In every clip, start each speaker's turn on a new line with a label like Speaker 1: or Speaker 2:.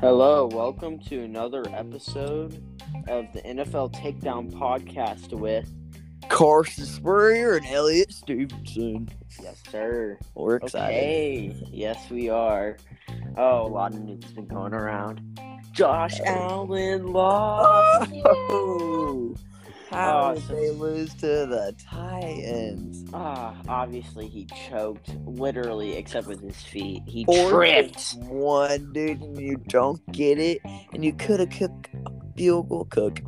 Speaker 1: Hello, welcome to another episode of the NFL Takedown Podcast with
Speaker 2: Carson Spurrier and Elliot Stevenson.
Speaker 1: Yes, sir.
Speaker 2: We're excited.
Speaker 1: Okay, yes we are. Oh, a lot of news has been going around. Josh Allen lost.
Speaker 2: Oh, how did
Speaker 1: Awesome.
Speaker 2: they lose to the Titans?
Speaker 1: Ah, obviously he choked, literally, except with his feet. He
Speaker 2: Four
Speaker 1: tripped.
Speaker 2: to One dude, and you don't get it, and you could have kicked a field goal, cook.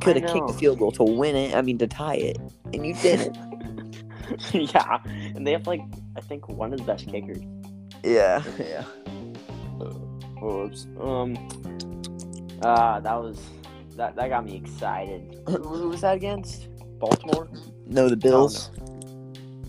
Speaker 2: Could have kicked
Speaker 1: know.
Speaker 2: a field goal to win it. I mean, to tie it, and you didn't.
Speaker 1: yeah, and they have like I think one of the best kickers.
Speaker 2: yeah, yeah.
Speaker 1: Oops. Um. Ah, that was that. That got me excited. Who who was that against? Baltimore.
Speaker 2: No, the Bills.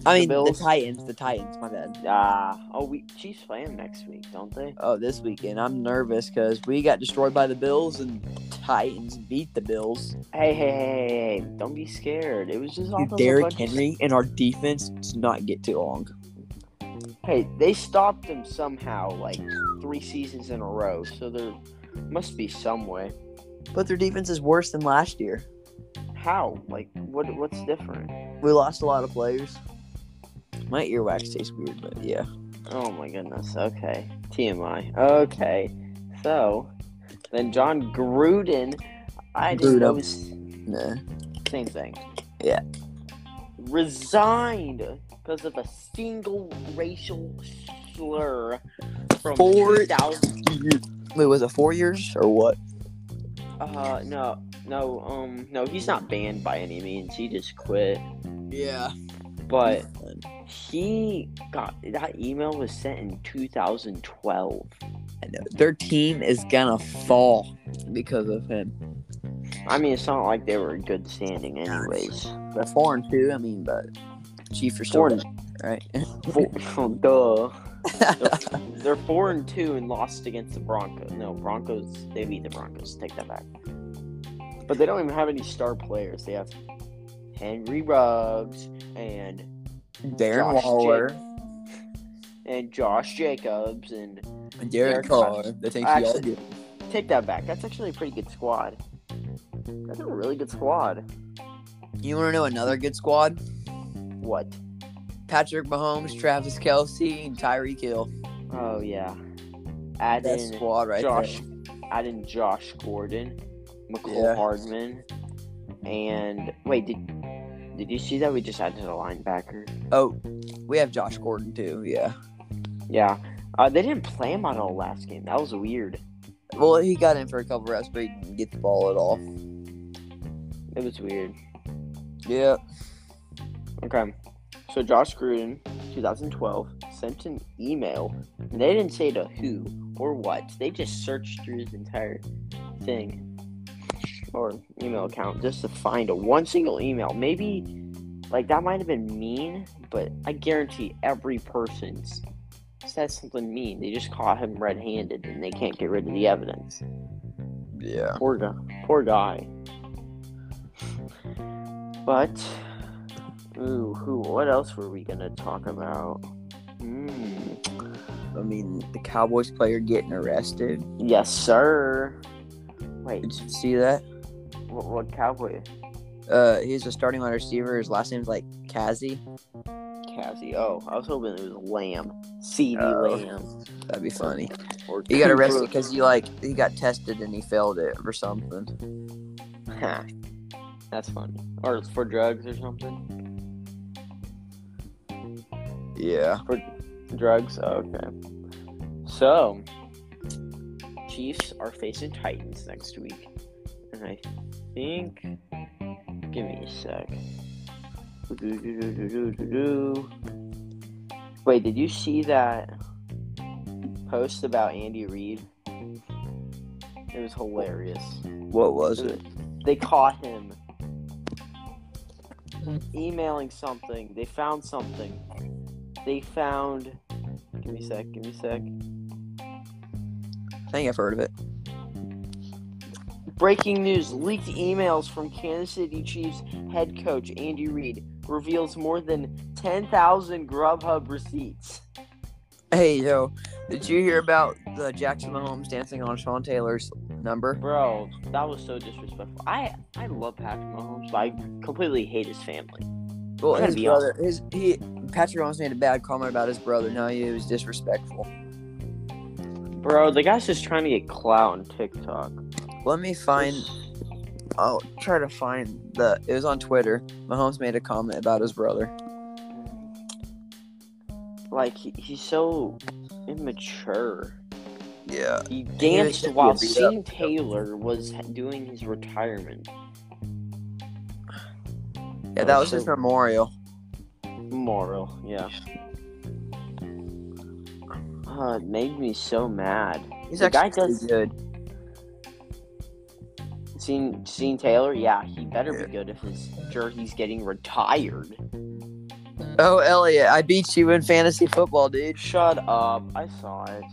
Speaker 2: I
Speaker 1: The
Speaker 2: mean,
Speaker 1: Bills?
Speaker 2: the Titans. The Titans. My bad.
Speaker 1: Ah. oh, we Chiefs play 'em next week, don't they?
Speaker 2: Oh, this weekend. I'm nervous because we got destroyed by the Bills and Titans beat the Bills.
Speaker 1: Hey, hey, hey, hey, hey! Don't be scared. It was just all
Speaker 2: Dude,
Speaker 1: those
Speaker 2: Derrick
Speaker 1: bunch of-
Speaker 2: Henry and our defense does not get too long.
Speaker 1: Hey, they stopped him somehow, like three seasons in a row. So there must be some way.
Speaker 2: But their defense is worse than last year.
Speaker 1: How? Like, what? What's different?
Speaker 2: We lost a lot of players. My earwax tastes weird, but yeah.
Speaker 1: Oh my goodness. Okay. TMI. Okay. So then John Gruden. I didn't
Speaker 2: Grudem.
Speaker 1: know his-
Speaker 2: Nah.
Speaker 1: same thing.
Speaker 2: Yeah.
Speaker 1: Resigned because of a single racial slur from
Speaker 2: Four-
Speaker 1: 2000.
Speaker 2: Wait, was it four years or what?
Speaker 1: Uh, no, no, um, no. He's not banned by any means. He just quit.
Speaker 2: Yeah.
Speaker 1: But he got that email was sent in 2012.
Speaker 2: Their team is gonna fall because of him.
Speaker 1: I mean, it's not like they were in good standing, anyways.
Speaker 2: They're four and two, I mean, but Chiefs are
Speaker 1: Four
Speaker 2: still
Speaker 1: and
Speaker 2: right.
Speaker 1: four, oh, duh. They're, they're four and two and lost against the Broncos. No, Broncos. They beat the Broncos. Take that back. But they don't even have any star players. They have Henry Ruggs and
Speaker 2: Darren
Speaker 1: Josh
Speaker 2: Waller,
Speaker 1: and Josh Jacobs and
Speaker 2: and
Speaker 1: Derek
Speaker 2: Derek Carr. That takes you all
Speaker 1: Actually- take that back. That's actually a pretty good squad. That's a really good squad.
Speaker 2: You want to know another good squad?
Speaker 1: What?
Speaker 2: Patrick Mahomes, Travis Kelsey, and Tyreek Hill.
Speaker 1: Oh yeah. Add
Speaker 2: That
Speaker 1: in
Speaker 2: squad right
Speaker 1: Josh, add in Josh Gordon, McCole
Speaker 2: Yeah.
Speaker 1: Hardman, and wait, did did you see that we just added a linebacker?
Speaker 2: there. Oh, we have Josh Gordon too. Yeah.
Speaker 1: Yeah, uh, they didn't play him on all last game. That was weird.
Speaker 2: Well, he got in for a couple reps, but he didn't get the ball at all.
Speaker 1: It was weird.
Speaker 2: Yeah.
Speaker 1: Okay, so Josh Gruden, 2012, sent an email, and they didn't say to who or what. They just searched through his entire thing or email account just to find a one single email. Maybe like that might have been mean, but I guarantee every person s- said something mean. They just caught him red-handed, and they can't get rid of the evidence.
Speaker 2: Yeah.
Speaker 1: Poor guy. Poor guy. But, ooh, who? What else were we gonna talk about? Hmm.
Speaker 2: I mean, the Cowboys player getting arrested.
Speaker 1: Yes, sir. Wait,
Speaker 2: Did you see that?
Speaker 1: what, what cowboy?
Speaker 2: Uh, he's a starting wide receiver. His last name's like Kazi.
Speaker 1: Cassie. Oh, I was hoping it was Lamb. CD
Speaker 2: Oh.
Speaker 1: Lamb.
Speaker 2: That'd be funny.
Speaker 1: Or
Speaker 2: He got
Speaker 1: Cooper.
Speaker 2: arrested because he like he got tested and he failed it or something.
Speaker 1: Huh. That's funny. Or it's for drugs or something.
Speaker 2: Yeah.
Speaker 1: Drugs. Okay. So, Chiefs are facing Titans next week, and I think. Give me a sec. Do-do-do-do-do-do-do. Wait, did you see that post about Andy Reid? It was hilarious.
Speaker 2: What was it?
Speaker 1: They caught him Mm-hmm. emailing something. They found something. They found. Give me a sec. Give me a sec.
Speaker 2: I think I've heard of it.
Speaker 1: Breaking news: Leaked emails from Kansas City Chiefs head coach Andy Reid reveals more than 10,000 Grubhub receipts.
Speaker 2: Hey yo, Did you hear about the Jackson Mahomes dancing on Sean Taylor's number?
Speaker 1: Bro, that was so disrespectful. I I love Patrick Mahomes, but I completely hate his family.
Speaker 2: Well,
Speaker 1: I'm gonna
Speaker 2: his
Speaker 1: be
Speaker 2: brother, his he Patrick Mahomes made a bad comment about his brother. No, he was disrespectful.
Speaker 1: Bro, the guy's just trying to get clout on TikTok.
Speaker 2: Let me find. I'll try to find the. It was on Twitter. Mahomes made a comment about his brother.
Speaker 1: Like he, he's so immature.
Speaker 2: Yeah.
Speaker 1: He
Speaker 2: was-
Speaker 1: danced
Speaker 2: he
Speaker 1: while
Speaker 2: was beat up.
Speaker 1: Sam Taylor was doing his retirement
Speaker 2: Yeah, that
Speaker 1: Oh,
Speaker 2: was his memorial.
Speaker 1: memorial. Yeah. Uh, it made me so mad.
Speaker 2: He's
Speaker 1: The guy
Speaker 2: actually pretty
Speaker 1: does-
Speaker 2: good.
Speaker 1: Seeing seeing Taylor, yeah, he better
Speaker 2: Yeah.
Speaker 1: be good if his jersey's getting retired.
Speaker 2: Oh, Elliot, I beat you in fantasy football, dude.
Speaker 1: Shut up! I saw it.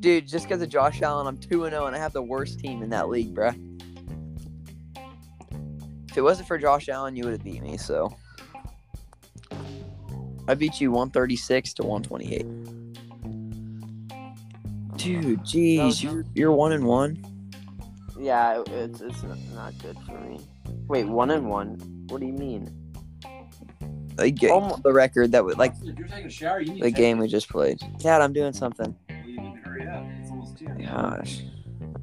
Speaker 2: Dude, just because of Josh Allen, I'm 2 0 and I have the worst team in that league, bruh. If it wasn't for Josh Allen, you would have beat me, so. I beat you 136 to 128. Dude, jeez, you, you're 1 and 1?
Speaker 1: Yeah, it- it's it's not, not good for me. Wait, one and one. What do you mean?
Speaker 2: Like, get-
Speaker 1: Oh my-
Speaker 2: the record that would, like,
Speaker 3: If you're taking a shower, you need
Speaker 2: the
Speaker 3: to
Speaker 2: game we just played. Dad, I'm doing something.
Speaker 3: Well, you need to hurry up. It's almost 10.
Speaker 2: Gosh.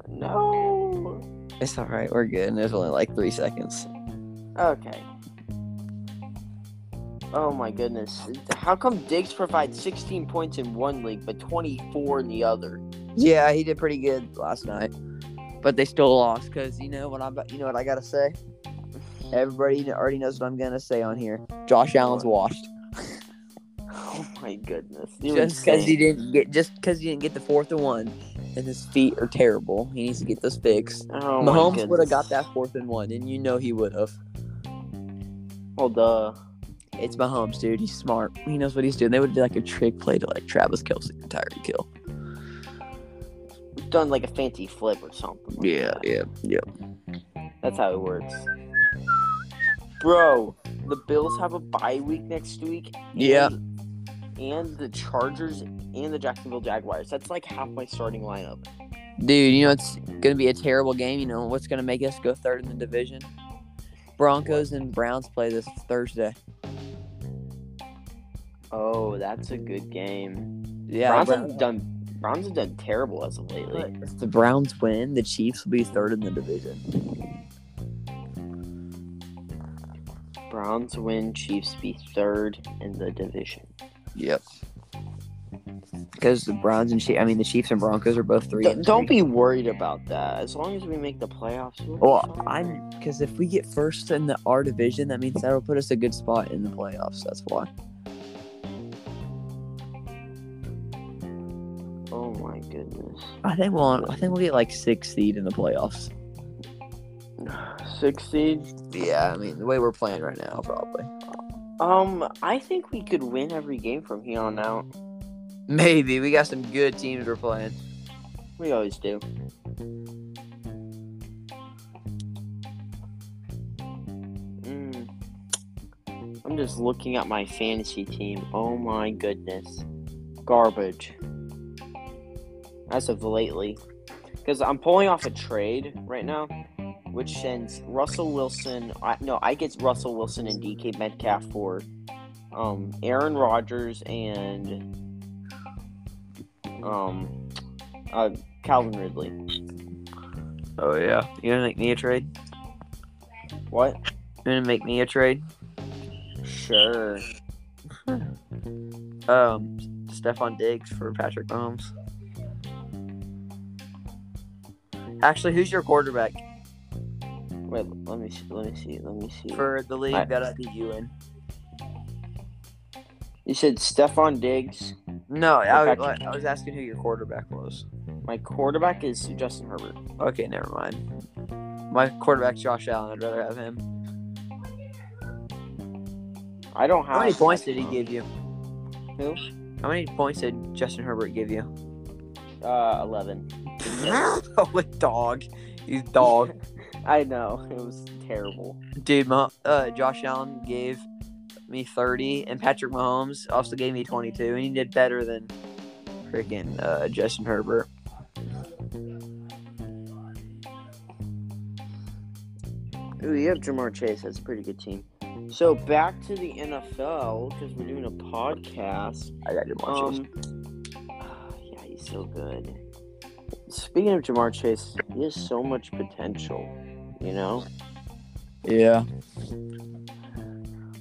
Speaker 1: No.
Speaker 2: It's all right. We're good. And there's only like three seconds.
Speaker 1: Okay. Oh my goodness! How come Diggs provides 16 points in one league but 24 in the other?
Speaker 2: Yeah, he did pretty good last night, but they still lost because you know what I'm. You know what I gotta say. Everybody already knows what I'm gonna say on here. Josh Allen's washed
Speaker 1: Oh my goodness! You're
Speaker 2: just because he
Speaker 1: insane.
Speaker 2: didn't get just because he didn't get the fourth and one, and his feet are terrible. He needs to get those fixed.
Speaker 1: Oh my
Speaker 2: Mahomes would
Speaker 1: goodness.
Speaker 2: have got that fourth and one, and you know he would have.
Speaker 1: Well, duh.
Speaker 2: It's Mahomes, dude. He's smart. He knows what he's doing. They would do like a trick play to like Travis Kelsey and Tyreek Kill.
Speaker 1: Done like a fancy flip or something. like that.
Speaker 2: yeah, yeah.
Speaker 1: That's how it works. Bro, the Bills have a bye week next week.
Speaker 2: Yeah.
Speaker 1: and- And the Chargers and the Jacksonville Jaguars. That's like half my starting lineup.
Speaker 2: Dude, you know it's gonna be a terrible game. You know what's gonna make us go third in the division? Broncos and Browns play this Thursday.
Speaker 1: Oh, that's a good game.
Speaker 2: Yeah,
Speaker 1: Browns have done Browns have done terrible as of lately.
Speaker 2: if the Browns win, the Chiefs will be third in the division.
Speaker 1: Browns win, Chiefs be third in the division.
Speaker 2: Yep. Because the Browns and Chiefs, I mean the Chiefs and Broncos are both three.
Speaker 1: D-
Speaker 2: and
Speaker 1: don't
Speaker 2: three.
Speaker 1: be worried about that. As long as we make the playoffs. we'll be
Speaker 2: Well,
Speaker 1: fine.
Speaker 2: I'm because if we get first in the our division, that means that'll put us a good spot in the playoffs. That's why.
Speaker 1: Oh my goodness.
Speaker 2: I think we'll. I think we'll get like sixth seed in the playoffs.
Speaker 1: Six seed.
Speaker 2: Yeah, I mean the way we're playing right now, probably.
Speaker 1: Um, I think we could win every game from here on out.
Speaker 2: Maybe we got some good teams we're playing.
Speaker 1: We always do. Mm. I'm just looking at my fantasy team. Oh my goodness. Garbage. As of lately. Because I'm pulling off a trade right now, which sends Russell Wilson. I, no, I get Russell Wilson and DK Metcalf for um, Aaron Rodgers and um, uh, Calvin Ridley.
Speaker 2: Oh yeah. You gonna make me a trade?
Speaker 1: What?
Speaker 2: You gonna make me a trade?
Speaker 1: Sure.
Speaker 2: Um, Stephon Diggs for Patrick Mahomes. Actually, who's your quarterback
Speaker 1: Wait, let me see. Let me see. Let me see.
Speaker 2: for the league
Speaker 1: I-
Speaker 2: that I beat you in?
Speaker 1: you said Stefan Diggs.
Speaker 2: No, I was,
Speaker 1: Patrick.
Speaker 2: I was asking who your quarterback was.
Speaker 1: My quarterback is Justin Herbert.
Speaker 2: Okay, never mind. My quarterback's Josh Allen. I'd rather have him.
Speaker 1: I don't have.
Speaker 2: How many points did he give you?
Speaker 1: Who?
Speaker 2: How many points did Justin Herbert give you?
Speaker 1: Uh, eleven.
Speaker 2: Holy dog. You dog.
Speaker 1: I know it was terrible.
Speaker 2: Dude, Mah- uh, Josh Allen gave me 30, and Patrick Mahomes also gave me 22, and he did better than freaking uh, Justin Herbert.
Speaker 1: Ooh, you have Jamar Chase. That's a pretty good team. So back to the NFL because we're doing a podcast.
Speaker 2: I got Jamar Chase.
Speaker 1: Um, yeah, he's so good. Speaking of Jamar Chase, he has so much potential. You know,
Speaker 2: Yeah.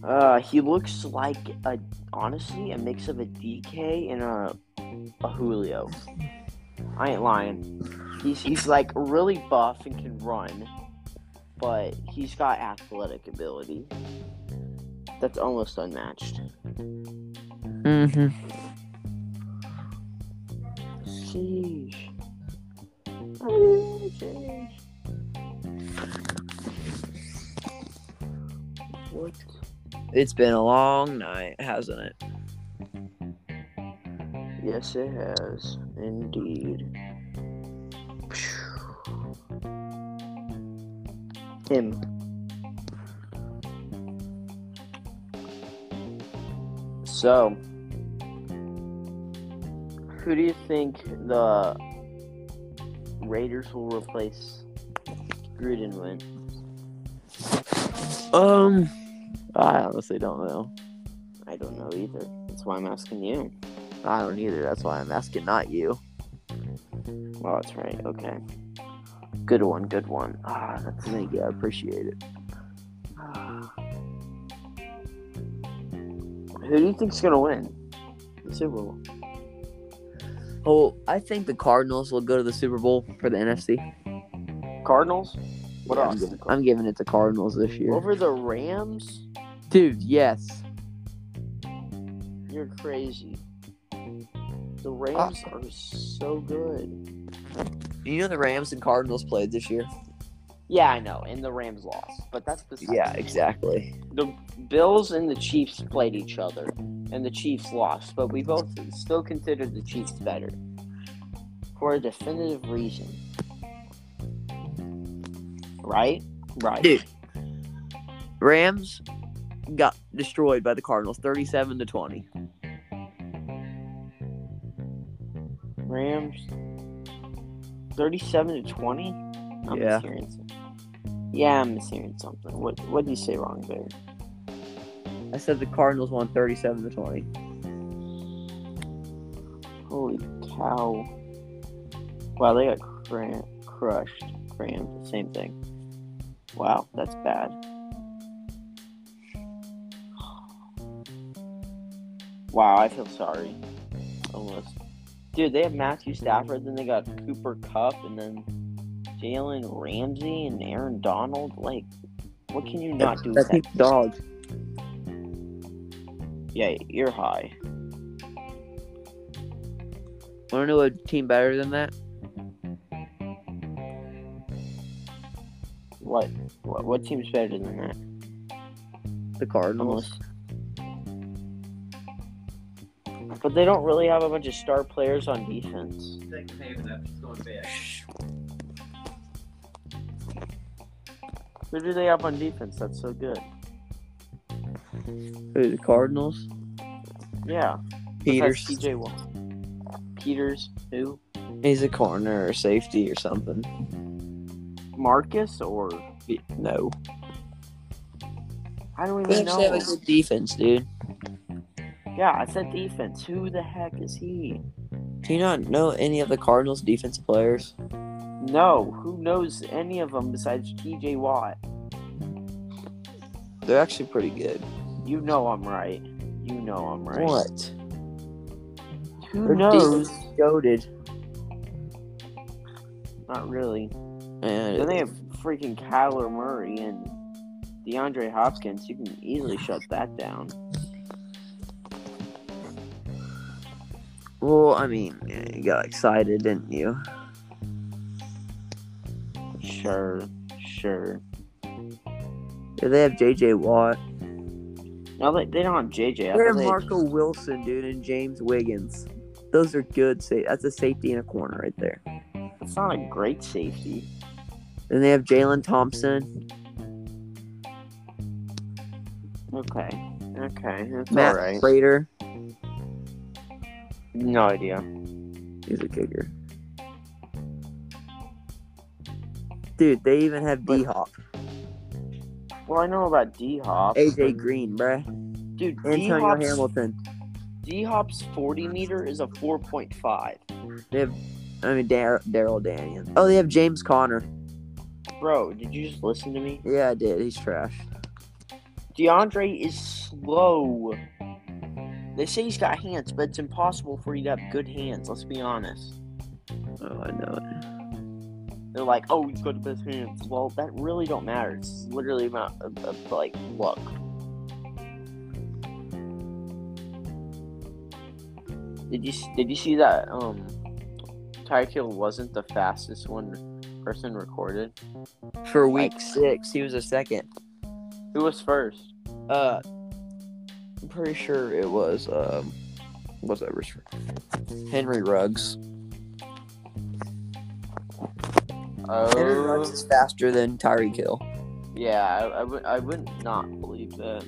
Speaker 1: uh, he looks like a honestly a mix of a DK and a, a Julio. I ain't lying. He's he's like really buff and can run, but he's got athletic ability that's almost unmatched.
Speaker 2: Mm-hmm.
Speaker 1: Sheesh. Sheesh. What?
Speaker 2: It's been a long night, hasn't it?
Speaker 1: Yes, it has. Indeed. Him. So, who do you think the Raiders will replace Gruden with?
Speaker 2: Um, I honestly don't know.
Speaker 1: I don't know either. That's why I'm asking you.
Speaker 2: I don't either. That's why I'm asking, not you.
Speaker 1: Well, that's right. Okay. Good one. Good one.
Speaker 2: Ah, that's thank you. I appreciate it.
Speaker 1: Ah. Who do you think's gonna win the Super Bowl?
Speaker 2: Well, I think the Cardinals will go to the Super Bowl for the NFC.
Speaker 1: Cardinals. What
Speaker 2: Yeah, I'm
Speaker 1: else?
Speaker 2: giving- I'm giving it to Cardinals this year.
Speaker 1: Over the Rams?
Speaker 2: Dude, yes.
Speaker 1: You're crazy. The Rams are so good.
Speaker 2: You know the Rams and Cardinals played this year?
Speaker 1: Yeah, I know, and the Rams lost, but that's the
Speaker 2: Yeah, exactly.
Speaker 1: The Bills and the Chiefs played each other, and the Chiefs lost, but we both still considered the Chiefs better for a definitive reason. Right? Right.
Speaker 2: Dude. Rams got destroyed by the Cardinals 37 to 20.
Speaker 1: Rams 37 to 20. I'm
Speaker 2: Yeah.
Speaker 1: mishearing something. Yeah, I'm mishearing something. What what did you say wrong there?
Speaker 2: I said the Cardinals won 37 to 20.
Speaker 1: Holy cow. Wow, they got cram- crushed. Crammed. Same thing. Wow, that's bad. Wow, I feel sorry. Almost. Dude, they have Matthew Stafford, then they got Cooper Cup, and then Jalen Ramsey and Aaron Donald. Like, what can you not do with
Speaker 2: That's
Speaker 1: that?
Speaker 2: dog.
Speaker 1: Yeah, you're high.
Speaker 2: Want to know a team better than that?
Speaker 1: What? What, what team's better than that?
Speaker 2: The Cardinals.
Speaker 1: But they don't really have a bunch of star players on defense.
Speaker 3: Thank you, David. That's going bad.
Speaker 1: Who do they have on defense? That's so good.
Speaker 2: Who, the Cardinals?
Speaker 1: Yeah.
Speaker 2: Peters.
Speaker 1: Besides TJ Watt. Peters. Who?
Speaker 2: He's a corner or safety or something.
Speaker 1: Marcus or
Speaker 2: No.
Speaker 1: I don't
Speaker 2: They
Speaker 1: even
Speaker 2: actually have
Speaker 1: know.
Speaker 2: a good defense, dude.
Speaker 1: Yeah, I said defense. Who the heck is he?
Speaker 2: Do you not know any of the Cardinals' defensive players?
Speaker 1: No, who knows any of them besides TJ Watt?
Speaker 2: They're actually pretty good.
Speaker 1: You know I'm right. You know I'm right.
Speaker 2: What?
Speaker 1: Who
Speaker 2: Their
Speaker 1: knows?
Speaker 2: defense is goaded.
Speaker 1: Not really.
Speaker 2: Man,
Speaker 1: Then they have freaking Kyler Murray and DeAndre Hopkins. You can easily shut that down.
Speaker 2: well, I mean, you got excited, didn't you?
Speaker 1: Sure, sure.
Speaker 2: Yeah, they have J.J. Watt.
Speaker 1: No, they, they don't have JJ. I
Speaker 2: They
Speaker 1: thought
Speaker 2: have
Speaker 1: they had-
Speaker 2: Marco Wilson, dude, and James Wiggins. Those are good. Sa- that's a safety and a corner right there.
Speaker 1: That's not a great safety.
Speaker 2: Then they have Jalen Thompson,
Speaker 1: Okay, okay, that's all
Speaker 2: Matt
Speaker 1: right.
Speaker 2: Prater.
Speaker 1: No idea.
Speaker 2: He's a kicker. Dude, they even have
Speaker 1: But-
Speaker 2: D Hop,
Speaker 1: Well, I know about D Hop.
Speaker 2: AJ Green, bruh,
Speaker 1: Dude, D
Speaker 2: Antonio
Speaker 1: Hop's
Speaker 2: Hamilton.
Speaker 1: D Hop's 40 meter is a 4.5.
Speaker 2: They have, I mean, Dar- Daryl Daniels. Oh, they have James Conner.
Speaker 1: Bro, did you just listen to me?
Speaker 2: Yeah, I did. He's trash.
Speaker 1: DeAndre is slow. They say he's got hands, but it's impossible for you to have good hands. Let's be honest.
Speaker 2: Oh, I know it.
Speaker 1: They're like, oh, he's got the best hands. Well, that really don't matter. It's literally about uh, uh, like luck. Did you did you see that? Um, Tyreek Hill wasn't the fastest one person recorded.
Speaker 2: For week
Speaker 1: Like-
Speaker 2: six, he was a second.
Speaker 1: Who was first?
Speaker 2: Uh, I'm pretty sure it was um, what's that? Rich- Henry Ruggs. Henry Ruggs
Speaker 1: Oh,
Speaker 2: is faster than Tyreek Hill.
Speaker 1: yeah. I, I would I would not believe that.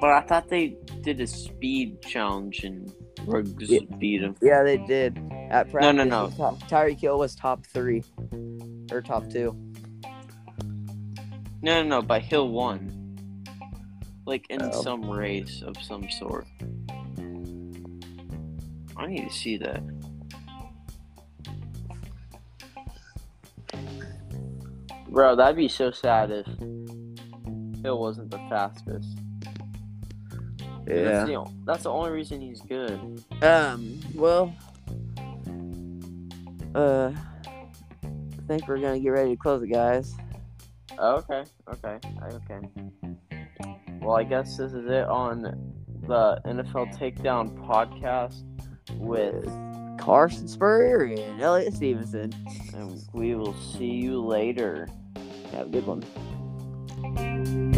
Speaker 1: But I thought they did a speed challenge and Ruggs
Speaker 2: Yeah.
Speaker 1: beat him.
Speaker 2: Yeah, they did. At practice,
Speaker 1: No, no, no.
Speaker 2: he Top, Tyreek Hill was top three or top two.
Speaker 1: No, no, no, but Hill won. Like in
Speaker 2: Oh.
Speaker 1: some race of some sort. I need to see that. Bro, that'd be so sad if Hill wasn't the fastest. That's, the, o- that's the only reason he's good.
Speaker 2: Um. Well. Uh. I think we're gonna get ready to close it, guys.
Speaker 1: Oh, okay, okay, okay. Well, I guess this is it on the NFL Takedown podcast with.
Speaker 2: Carson Spurrier and Elliot Stevenson.
Speaker 1: And we will see you later.
Speaker 2: Have a good one.